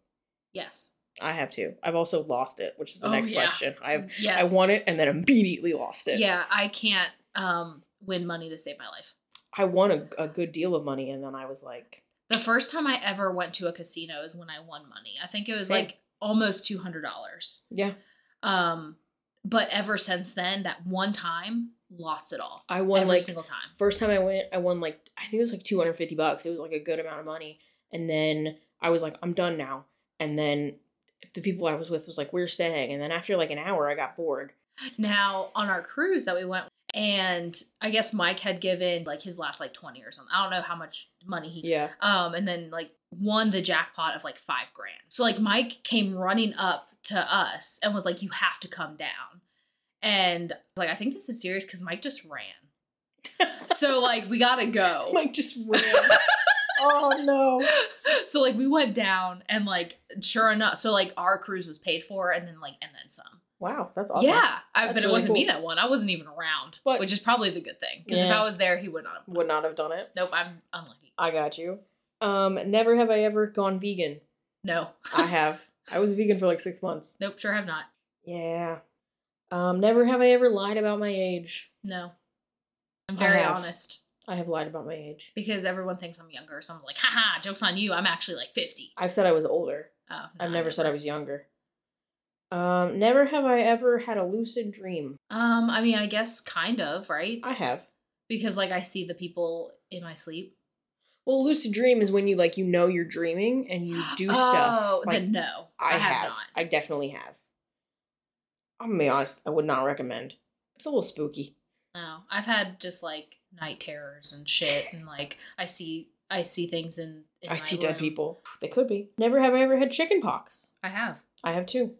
S2: Yes.
S1: I have to. I've also lost it, which is the
S2: Oh,
S1: next
S2: yeah.
S1: question. I've I
S2: yes.
S1: won it and then immediately lost it.
S2: Yeah, I can't um win money to save my life.
S1: I won a, a good deal of money and then I was like,
S2: The first time I ever went to a casino is when I won money. I think it was
S1: Same.
S2: like almost two hundred dollars.
S1: yeah,
S2: Um but ever since then, that one time lost it all.
S1: I won
S2: every
S1: like
S2: single time.
S1: first time I went, I won like I think it was like 250 bucks. It was like a good amount of money. And then I was like, I'm done now. And then the people I was with was like, we're staying. And then after like an hour, I got bored.
S2: Now, on our cruise that we went, and I guess Mike had given like his last like 20 or something. I don't know how much money he
S1: Yeah.
S2: um and then like won the jackpot of like 5 grand. So like Mike came running up to us and was like you have to come down. And like I think this is serious cuz Mike just ran. so like we got to go.
S1: Like just ran. oh no.
S2: so like we went down and like sure enough so like our cruise was paid for and then like and then some.
S1: Wow, that's awesome.
S2: Yeah, I,
S1: That's
S2: but it
S1: really
S2: wasn't me
S1: cool.
S2: that one. I wasn't even around,
S1: But-
S2: which is probably the good thing. Because if
S1: Yeah.
S2: I was there, he would not. Have,
S1: Would not have done it.
S2: nope, I'm unlucky.
S1: I got you. Um, never have I ever gone vegan.
S2: No,
S1: I have. I was vegan for like six months.
S2: nope, sure have not.
S1: Yeah. Um, never have I ever lied about my age.
S2: No, I'm
S1: I
S2: very
S1: have.
S2: honest
S1: I have lied about my age.
S2: because everyone thinks I'm younger. Someone's like, haha, jokes on you. I'm actually like 50.
S1: I've said I was older.
S2: Oh, no,
S1: I've never said I was younger. Um, never have I ever had a lucid dream.
S2: Um, I mean, I guess kind of right
S1: I have.
S2: because like I see the people in my sleep.
S1: Well, a lucid dream is when you like you know you're dreaming and you do
S2: Oh,
S1: stuff. Like,
S2: then no, I, have, not.
S1: I definitely have. I'm gonna be honest. I would not recommend. It's a little spooky.
S2: No, I've had just like night terrors and shit, and like I see I see things in. in
S1: I
S2: my
S1: see dead
S2: room.
S1: people. They could be. Never have I ever had chicken pox.
S2: I have.
S1: I have too.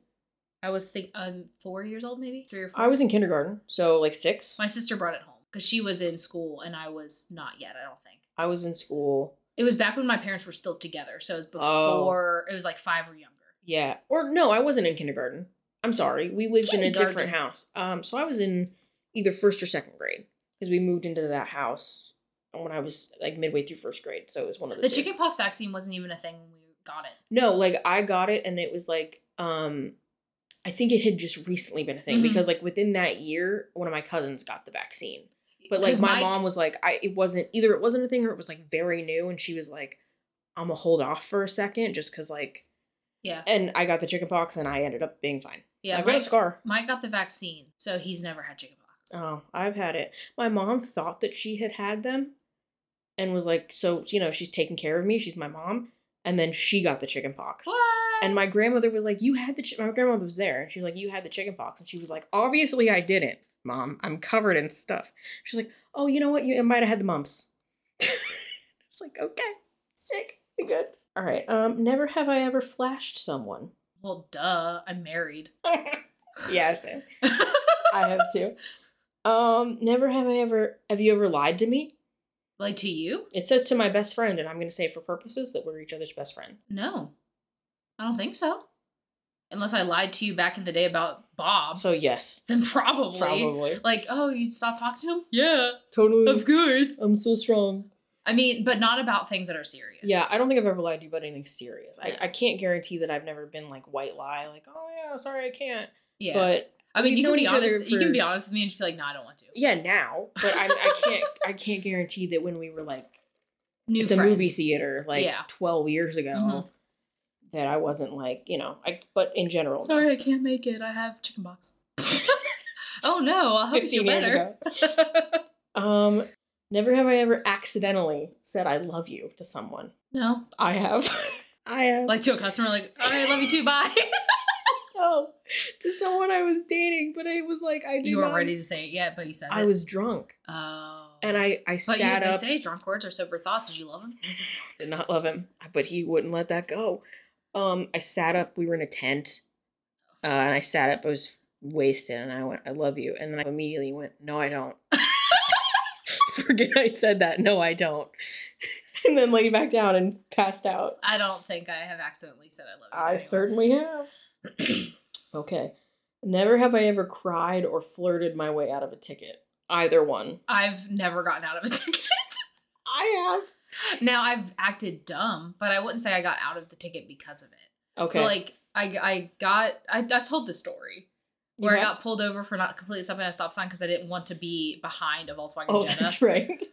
S2: I was think um four years old maybe three or four.
S1: I was in kindergarten, so like six.
S2: My sister brought it home because she was in school and I was not yet. I don't think
S1: I was in school.
S2: it was back when my parents were still together, so it was
S1: Oh.
S2: before it was like five or younger.
S1: Yeah. Or no, I wasn't in kindergarten. I'm sorry. We lived in a different
S2: Kindergarten.
S1: house. Um, so I was in either first or second grade because we moved into that house when I was like midway through first grade. So it was one of the,
S2: The
S1: two.
S2: chickenpox vaccine wasn't even a thing when we got it.
S1: No, like I got it, and it was like um, I think it had just recently been a thing
S2: Mhm.
S1: because like within that year, one of my cousins got the vaccine. But like
S2: 'Cause
S1: my mom was like, I it wasn't either it wasn't a thing or it was like very new, and she was like, I'm gonna hold off for a second just because like
S2: Yeah,
S1: and I got the chickenpox and I ended up being fine.
S2: yeah.
S1: I've got a
S2: Mike,
S1: scar.
S2: Mike got the vaccine, so he's never had chickenpox.
S1: Oh, I've had it. My mom thought that she had had them, and was like, so you know, she's taking care of me. She's my mom. And then she got the chicken pox.
S2: What?
S1: And my grandmother was like, you had the. Chi-. My grandmother was there, and she was like, you had the chicken pox. And she was like, obviously I didn't, mom. I'm covered in stuff. She's like, oh, you know what? You I might have had the mumps. It's like, okay, sick, we good. All right. Um, never have I ever flashed someone.
S2: well, duh. I'm married.
S1: yeah, same. I have too. Um, never have I ever. Have you ever lied to me?
S2: like to you?
S1: It says to my best friend, and I'm going to say for purposes that we're each other's best friend.
S2: No, I don't think so. Unless I lied to you back in the day about Bob,
S1: So yes,
S2: then probably.
S1: probably,
S2: Like, oh, you stopped talking to him? Yeah,
S1: totally.
S2: course.
S1: I'm so strong.
S2: I mean, but not about things that are serious.
S1: Yeah, I don't think I've ever lied to you about anything serious. I,
S2: Yeah.
S1: I can't guarantee that I've never been like white lie, like oh yeah, sorry I can't.
S2: yeah.
S1: But
S2: I mean,
S1: we've
S2: you can
S1: known
S2: be
S1: each other
S2: honest. You
S1: for-
S2: can be honest with me and just be like, "No, I don't want to."
S1: yeah, now. But I, I can't. I can't guarantee that when we were like
S2: New
S1: the
S2: friends.
S1: movie theater like
S2: Yeah.
S1: 12 years ago
S2: Mhm.
S1: that I wasn't like, you know, I but in general. no.
S2: Sorry, I can't make it. I have chickenpox. oh no! I hope you feel
S1: 15 years
S2: better.
S1: ago. um never have I ever accidentally said I love you to someone.
S2: No,
S1: I have. I have.
S2: like to a customer, like, "All right, love you too. Bye."
S1: oh, to someone I was dating, but I was like I do
S2: you weren't
S1: not-
S2: ready to say it yet, but you said
S1: I
S2: it.
S1: was drunk
S2: Oh.
S1: and I I
S2: But you,
S1: sat
S2: they
S1: up
S2: say drunk words are sober thoughts. Did you love them?
S1: did not love him, but he wouldn't let that go. Um, I sat up. We were in a tent, uh, and I sat up. I was wasted, and I went, "I love you," and then I immediately went, "No, I don't." Forget I said that. No, I don't. and then laid back down and passed out.
S2: I don't think I have accidentally said I love you.
S1: I certainly have.
S2: certainly.
S1: Okay. Never have I ever cried or flirted my way out of a ticket. Either one.
S2: I've never gotten out of a ticket.
S1: I
S2: now I've acted dumb, but I wouldn't say I got out of the ticket because of it.
S1: have. Okay.
S2: So like I I got I I've told the story where
S1: Yeah.
S2: I got pulled over for not completely stopping at a stop sign because I didn't want to be behind a Volkswagen
S1: Oh,
S2: Jetta.
S1: that's right.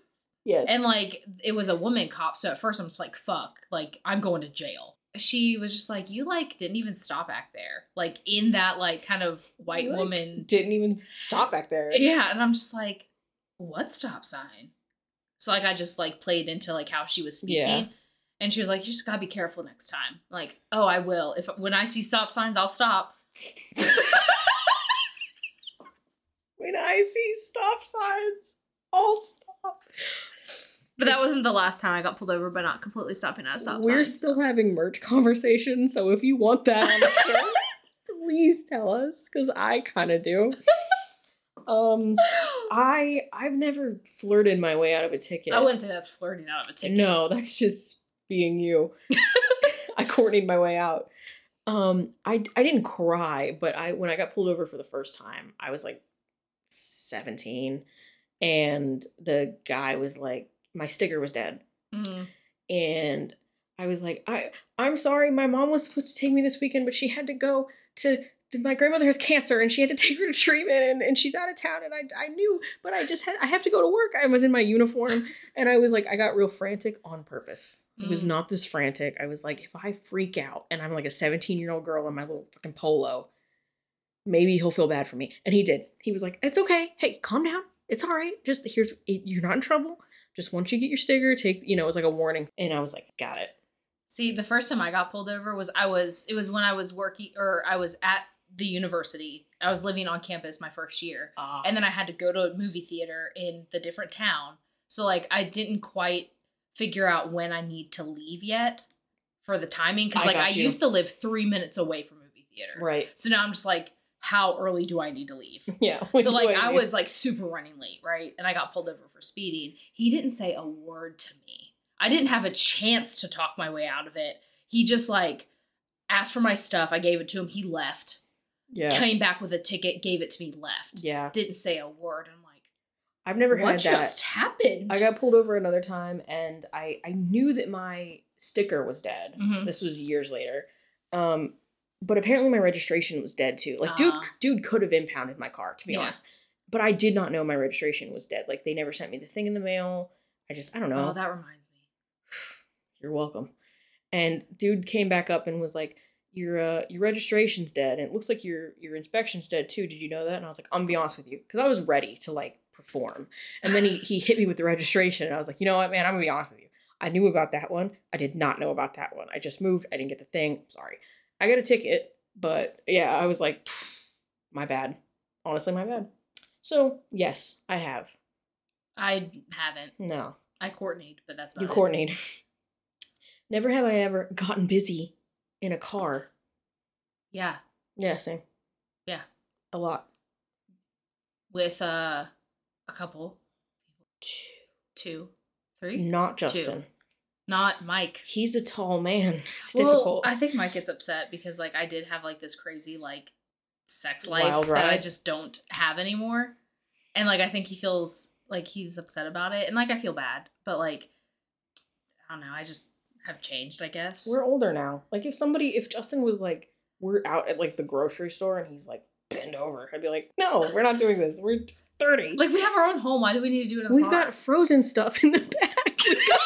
S1: yes.
S2: And like it was a woman cop, so at first I'm just like, fuck, like I'm going to jail. She was just like, You like didn't even stop back there. Like in that like kind of white
S1: You, like,
S2: woman
S1: didn't even stop back there.
S2: Yeah, and I'm just like, What stop sign? So like I just like played into like how she was speaking.
S1: Yeah.
S2: And she was like, You just gotta be careful next time. Like, oh I will. If when I see stop signs, I'll stop.
S1: When I see stop signs, I'll stop.
S2: But that wasn't the last time I got pulled over by not completely stopping at a stop
S1: We're
S2: sign.
S1: still having merch conversations, so if you want that on the show, please tell us, because I kind of do. Um, I I've never flirted my way out of a ticket.
S2: I wouldn't say that's flirting out of a ticket.
S1: No, that's just being you. I courtneyed my way out. Um, I I didn't cry, but I when I got pulled over for the first time, I was like seventeen, and the guy was like, my sticker was dead,
S2: Mm.
S1: and I was like, I I'm sorry, my mom was supposed to take me this weekend, but she had to go to. to- My grandmother has cancer and she had to take her to treatment and, and she's out of town and I, I knew but I just had I have to go to work. I was in my uniform and I was like I got real frantic on purpose. It was
S2: Mm.
S1: not this frantic. I was like if I freak out and I'm like a 17-year-old girl in my little fucking polo, maybe he'll feel bad for me. And he did. He was like, "It's okay. Hey, calm down. It's all right. Just here's it, you're not in trouble. Just once you get your sticker, take, you know, it was like a warning." And I was like, "Got it."
S2: See, the first time I got pulled over was I was it was when I was working or I was at the university. I was living on campus my first year. And then I had to go to a movie theater in the different town. So like I didn't quite figure out when I need to leave yet for the timing cuz
S1: I
S2: like
S1: got
S2: I
S1: you.
S2: used to live 3 minutes away from movie theater.
S1: right.
S2: So now I'm just like how early do I need to leave?
S1: Yeah.
S2: so like I was like super running late, right? And I got pulled over for speeding. He didn't say a word to me. I didn't have a chance to talk my way out of it. He just like asked for my stuff. I gave it to him. He left.
S1: Yeah.
S2: Came back with a ticket, gave it to me, left.
S1: Yeah.
S2: didn't say a word. I'm like,
S1: I've never
S2: what
S1: had that.
S2: just happened?
S1: I got pulled over another time and I I knew that my sticker was dead.
S2: Mhm.
S1: This was years later. Um but apparently my registration was dead too. Like dude
S2: Ah.
S1: dude could have impounded my car to be
S2: Yeah.
S1: honest. But I did not know my registration was dead. Like they never sent me the thing in the mail. I just I don't know.
S2: Oh, that reminds me.
S1: You're welcome. And dude came back up and was like your uh, your registration's dead and it looks like your your inspection's dead too. Did you know that? And I was like, I'm gonna be honest with you, because I was ready to like perform. And then he, he hit me with the registration. And I was like, you know what, man, I'm going to be honest with you. I knew about that one. I did not know about that one. I just moved. I didn't get the thing. Sorry. I got a ticket. But yeah, I was like, my bad. Honestly, my bad. So, yes, I have.
S2: I haven't.
S1: No,
S2: I coordinate, but that's about
S1: you
S2: it.
S1: coordinate. Never have I ever gotten busy in a car.
S2: Yeah,
S1: Yeah, same.
S2: Yeah.
S1: A lot.
S2: with uh, a couple, two, three.
S1: Not Justin.
S2: Not Mike.
S1: He's a tall man. It's
S2: well,
S1: difficult.
S2: I think Mike gets upset because like I did have like this crazy like sex life
S1: Wild
S2: that I
S1: ride.
S2: just don't have anymore. And like I think he feels like he's upset about it. And like I feel bad, but like I don't know, I just have changed, I guess.
S1: We're older now. Like if somebody if Justin was like we're out at like the grocery store and he's like bend over, I'd be like, "No, we're not doing this. We're 30."
S2: like we have our own home. Why do we need to do it in the
S1: We've
S2: car?
S1: got frozen stuff in the back. We gotta-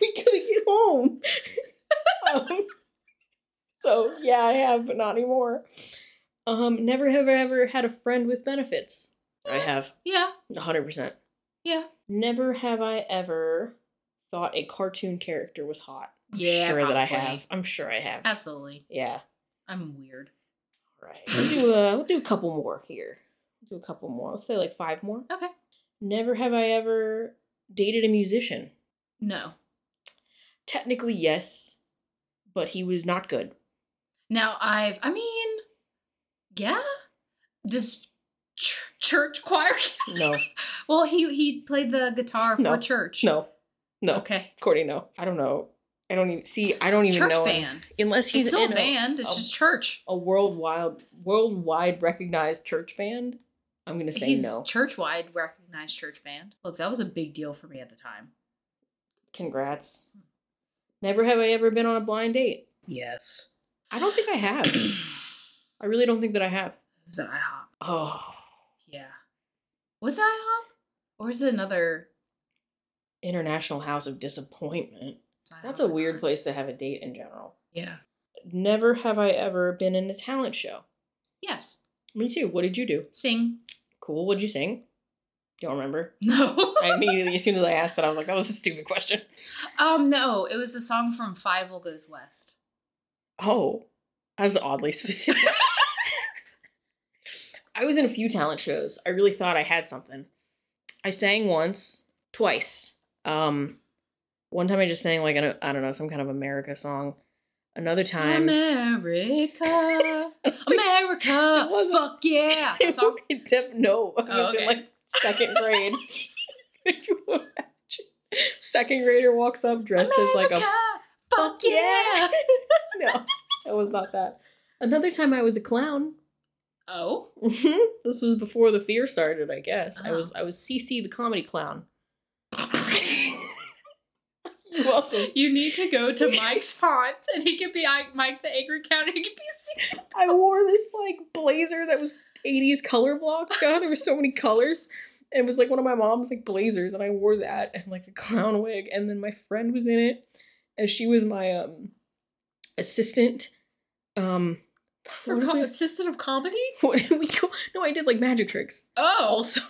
S1: we got to get home. um, so, yeah, I have, but not anymore. Um, never have I ever had a friend with benefits. I have
S2: Yeah.
S1: 100%.
S2: Yeah.
S1: Never have I ever thought a cartoon character was hot. I'm
S2: Yeah,
S1: sure that I
S2: probably. Uh,
S1: have. I'm sure I have.
S2: Absolutely.
S1: Yeah.
S2: I'm weird.
S1: All right. We'll do uh we'll do a couple more here. We'll do a couple more. Let's say like five more.
S2: Okay.
S1: Never have I ever dated a musician.
S2: No.
S1: Technically, yes, but he was not good.
S2: Now I've I mean yeah. Does ch- church choir
S1: No,
S2: Well, he he played the guitar for
S1: No.
S2: church.
S1: no, no.
S2: Okay.
S1: Courtney, no. I don't know. I don't even see. I don't even
S2: church
S1: know him.
S2: band.
S1: unless he's
S2: it's still a
S1: in a,
S2: band. it's
S1: a-
S2: just church.
S1: a worldwide worldwide recognized church band. I'm gonna say
S2: He's
S1: no.
S2: church wide recognized church band. Look, that was a big deal for me at the time.
S1: Congrats. Never have I ever been on a blind date.
S2: Yes.
S1: I don't think I have.
S2: it
S1: I really don't think that I have.
S2: was at IHOP.
S1: Oh,
S2: Yeah. Was it IHOP? Or is it another?
S1: International House of Disappointment.
S2: it's not
S1: That's a
S2: IHOP.
S1: weird place to have a date in general.
S2: Yeah.
S1: Never have I ever been in a talent show.
S2: Yes.
S1: Me too. What did you do?
S2: Sing.
S1: Cool. What'd you sing? Don't remember.
S2: No.
S1: I immediately, as soon as I asked that, I was like, that was a stupid question.
S2: um. No. It was the song from Five Will Goes West.
S1: Oh, that was oddly specific. I was in a few talent shows. I really thought I had something. I sang once, twice. Um, one time I just sang like an, I don't know some kind of America song. Another time,
S2: America. America.
S1: It wasn't-
S2: Fuck yeah. That song.
S1: It def- no, I
S2: Oh,
S1: was
S2: okay.
S1: in like second grade. Could you imagine? Second grader walks up dressed as like a
S2: Fuck
S1: yeah.
S2: yeah.
S1: no. It was not that. Another time I was a clown.
S2: Oh.
S1: Mhm. this was before the fear started, I guess. I
S2: Oh.
S1: was I was CC the comedy clown. You're welcome.
S2: You need to go to Mike's haunt, and he can be like Mike the Angry Cow, and he can be seen.
S1: I wore this like blazer that was 80s color block. God, there were so many colors. And it was like one of my mom's like blazers, and I wore that and like a clown wig. And then my friend was in it, and she was my um assistant. Um
S2: For
S1: what do
S2: com-
S1: we-
S2: assistant of comedy?
S1: what did we go? No, I did like magic tricks.
S2: Oh.
S1: Also,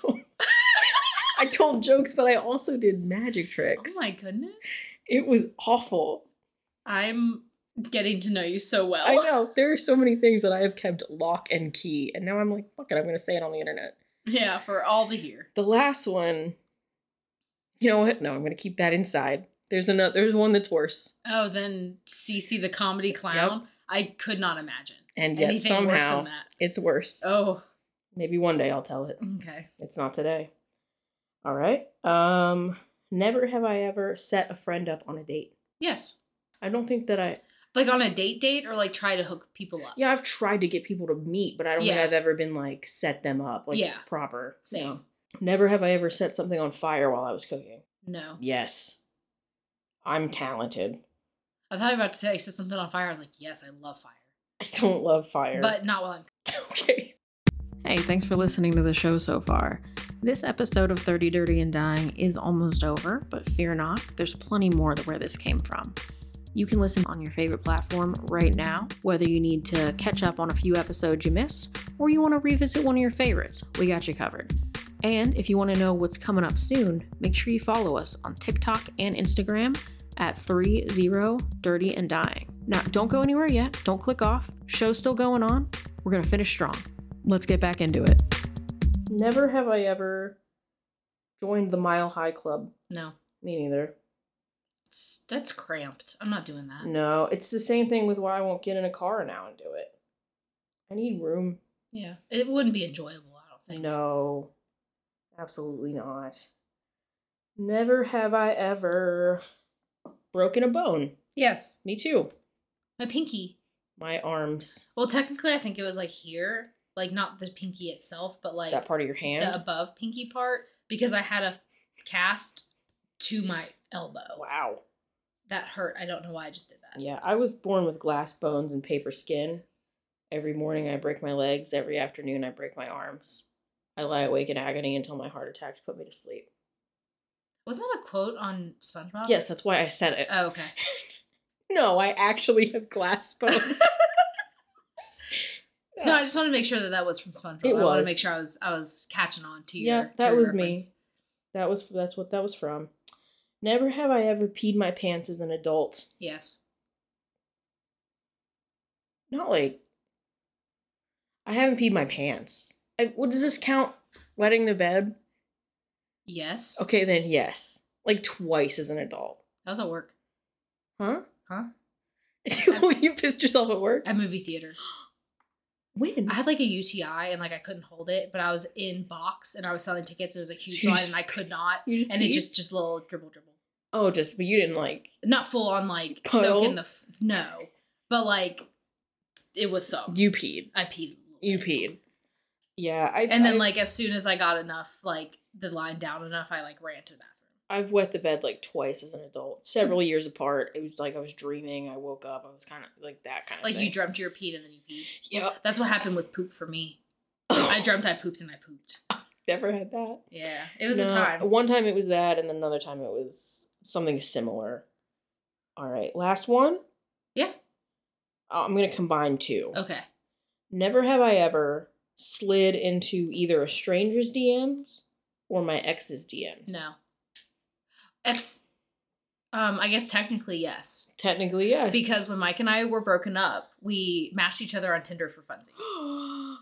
S1: I told jokes, but I also did magic
S2: Oh
S1: tricks.
S2: my goodness.
S1: It was awful.
S2: I'm getting to know you so well.
S1: I know there are so many things that I have kept lock and key, and now I'm like, fuck it, I'm gonna say it on the internet.
S2: Yeah, for all to hear.
S1: The last one, you know what? No, I'm gonna keep that inside. There's another. There's one that's worse,
S2: Oh, then Cece the comedy clown. I could not imagine
S1: and yet
S2: anything
S1: somehow
S2: worse than that.
S1: it's worse.
S2: Oh,
S1: Maybe one day I'll tell it.
S2: okay.
S1: It's not today. All right. Um, never have I ever set a friend up on a date.
S2: Yes.
S1: I don't think that I.
S2: Like on a date date or like try to hook people up.
S1: Yeah, I've tried to get people to meet, but I don't
S2: Yeah.
S1: think I've ever been like set them up like
S2: Yeah.
S1: proper.
S2: Same.
S1: No. Never have I ever set something on fire while I was cooking.
S2: No.
S1: Yes. I'm talented.
S2: I thought you were about to say I set something on fire. I was like, yes, I love fire.
S1: I don't love fire.
S2: But not while I'm
S1: okay. Hey, thanks for listening to the show so far. This episode of 30 Dirty and Dying is almost over, but fear not, there's plenty more to where this came from. You can listen on your favorite platform right now, whether you need to catch up on a few episodes you missed or you want to revisit one of your favorites. We got you covered. And if you want to know what's coming up soon, make sure you follow us on TikTok and Instagram at 30dirty and dying. Now, don't go anywhere yet. Don't click off. Show's still going on. We're going to finish strong. Let's get back into it. Never have I ever joined the Mile High Club.
S2: No,
S1: Me neither.
S2: it's, that's cramped. I'm not doing that.
S1: No, it's the same thing with why I won't get in a car now and do it. I need room.
S2: Yeah, it wouldn't be enjoyable. I don't think.
S1: No, absolutely not. Never have I ever broken a bone.
S2: Yes,
S1: Me too.
S2: my pinky.
S1: My arms,
S2: Well, technically, I think it was like here, like not the pinky itself, but like
S1: that part of your hand.
S2: the above pinky part, because I had a cast to my elbow.
S1: Wow.
S2: That hurt. I don't know why I just did that.
S1: Yeah, I was born with glass bones and paper skin. Every morning I break my legs. Every afternoon I break my arms. I lie awake in agony until my heart attacks put me to sleep.
S2: Wasn't that a quote on SpongeBob?
S1: Yes, that's why I said it.
S2: Oh, okay.
S1: No, I actually have glass bones.
S2: No, I just want to make sure that that was from SpongeBob.
S1: It
S2: I want
S1: was.
S2: to make sure I was I was catching on to
S1: Yeah,
S2: your. to
S1: that
S2: your
S1: was me.
S2: reference.
S1: That was that's what that was from. Never have I ever peed my pants as an adult.
S2: Yes.
S1: Not like I haven't peed my pants. I, what does this count? Wetting the bed?
S2: Yes.
S1: Okay, then yes. Like twice as an adult.
S2: That was at work
S1: Huh?
S2: Huh?
S1: you pissed yourself at work?
S2: at movie theater.
S1: when?
S2: I had like a UTI and like I couldn't hold it, but I was in box and I was selling tickets. It was a huge
S1: You
S2: line
S1: just-
S2: and I could not,
S1: you just
S2: and it
S1: peed?
S2: just just little dribble dribble.
S1: Oh, just but you didn't like
S2: Not full on like
S1: Puddle?
S2: soak in the f- no, but like it was soaked.
S1: you peed.
S2: I peed. a little
S1: You
S2: bit.
S1: peed. Yeah, I
S2: And then
S1: I-
S2: like as soon as I got enough, like the line down enough, I like ran to the bathroom.
S1: I've wet the bed like twice as an adult,
S2: Hmm.
S1: several years apart. It was like I was dreaming. I woke up. I was kind of like that kind of
S2: Like
S1: thing.
S2: you dreamt you were peed and then you peed.
S1: Yeah,
S2: That's what happened with poop for me. I dreamt I pooped and I pooped.
S1: Oh, never had that.
S2: Yeah, it was a
S1: No,
S2: time.
S1: One time it was that, and another time it was something similar. All right, last one.
S2: Yeah. Oh.
S1: Uh, I'm gonna combine two.
S2: Okay.
S1: Never have I ever slid into either a stranger's DMs or my ex's DMs.
S2: No. Ex. Um, I guess technically yes,
S1: Technically, yes.
S2: because when Mike and I were broken up, we matched each other on Tinder for funsies,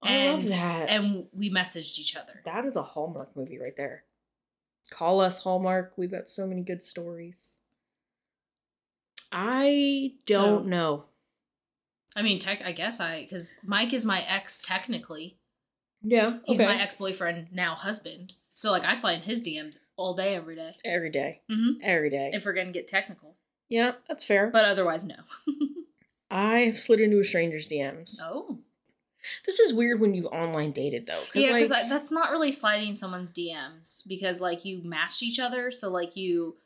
S1: I love
S2: And-
S1: that.
S2: and we messaged each other.
S1: That is a Hallmark movie right there. Call us Hallmark. We've got so many good stories. I don't
S2: So-
S1: know.
S2: I mean, tech. I guess I because Mike is my ex technically.
S1: Yeah.
S2: He's my ex boyfriend now husband. So like I slide in his DMs all day every day.
S1: Every day.
S2: Mhm.
S1: Every day.
S2: If we're gonna get technical,
S1: yeah, that's fair.
S2: but otherwise no.
S1: I have slid into a stranger's DMs.
S2: Oh.
S1: This is weird when you've online dated though.
S2: Yeah, because
S1: like,
S2: that's not really sliding someone's DMs because like you matched each other, so like you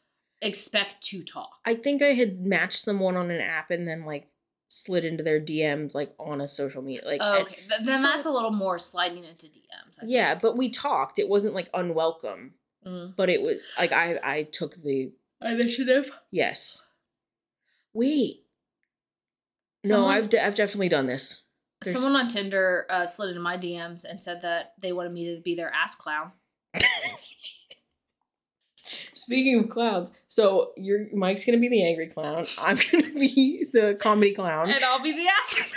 S2: expect to talk.
S1: I think I had matched someone on an app and then like slid into their DMs like on a social media like
S2: Oh,
S1: and-
S2: okay, Th- then
S1: so-
S2: that's a little more sliding into DMs. I think.
S1: yeah, but we talked. It wasn't like unwelcome,
S2: Mm.
S1: but it was like I I took the
S2: Initiative.
S1: yes. Wait. No,
S2: Someone-
S1: I've de- I've definitely done this. There's-
S2: Someone on Tinder uh, slid into my DMs and said that they wanted me to be their ass clown.
S1: Speaking of clowns, so your Mike's gonna be the angry clown. I'm gonna be the comedy clown.
S2: and I'll be the ass.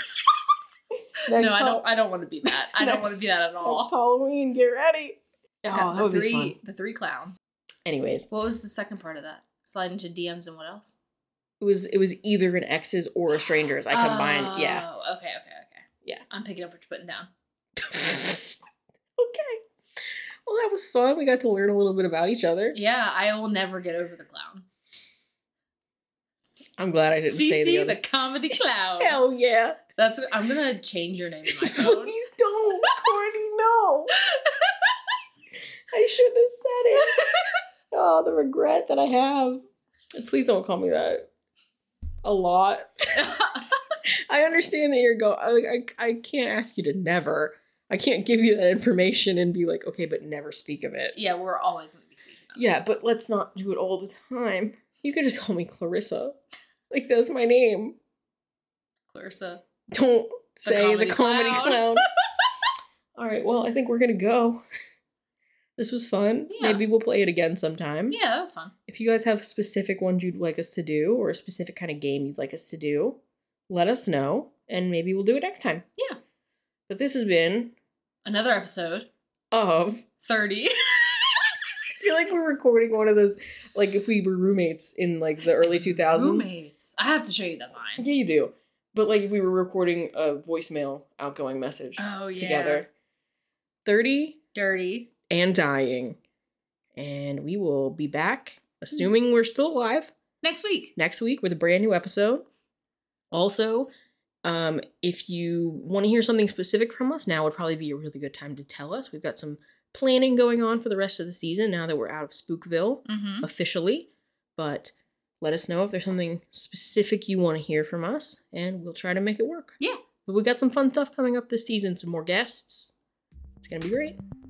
S2: no,
S1: Next
S2: I
S1: Hall-
S2: don't. I don't want to be that. I don't want
S1: Next-
S2: to be that at
S1: next
S2: all.
S1: Halloween. Get ready. Oh,
S2: Yeah,
S1: that
S2: the
S1: would
S2: three,
S1: be fun.
S2: the three clowns.
S1: Anyways,
S2: What was the second part of that? Slide into DMs and what else?
S1: it was it was either an ex's or a stranger's. I combined. Yeah.
S2: Oh, Okay. Okay. Okay.
S1: Yeah.
S2: I'm picking up what you're putting down.
S1: okay. Well, that was fun. We got to learn a little bit about each other.
S2: Yeah, I will never get over the clown.
S1: I'm glad I didn't say the
S2: CC
S1: other.
S2: the comedy clown.
S1: Hell yeah!
S2: That's I'm gonna change your name in my phone.
S1: Please don't, Courtney. No. I shouldn't have said it. Oh, the regret that I have. Please don't call me that. A lot. I understand that you're going. Like, I I can't ask you to never. I can't give you that information and be like, okay, but never speak of it.
S2: yeah, we're always gonna be speaking. Of.
S1: Yeah, but let's not do it all the time. You could just call me Clarissa. Like that's my name.
S2: Clarissa.
S1: Don't say the
S2: comedy
S1: comedy clown.
S2: clown.
S1: all right, well, I think we're gonna go. This was fun.
S2: Yeah.
S1: Maybe we'll play it again sometime.
S2: Yeah, that was fun.
S1: If you guys have specific ones you'd like us to do or a specific kind of game you'd like us to do, let us know and maybe we'll do it next time.
S2: Yeah.
S1: But this has been
S2: Another episode.
S1: of I
S2: 30.
S1: feel like we're recording one of those like if we were roommates in like the early 2000s.
S2: Roommates. I have to show you that line.
S1: Yeah, you do. But like if we were recording a voicemail outgoing message
S2: Oh, yeah.
S1: together. 30
S2: Dirty.
S1: and dying. And we will be back, assuming we're still alive,
S2: Next week.
S1: next week with a brand new episode. Also, um, if you want to hear something specific from us, now would probably be a really good time to tell us. We've got some planning going on for the rest of the season now that we're out of Spookville
S2: Mm-hmm.
S1: officially. But let us know if there's something specific you want to hear from us, and we'll try to make it work.
S2: Yeah.
S1: But we got some fun stuff coming up this season, some more guests. It's going to be great.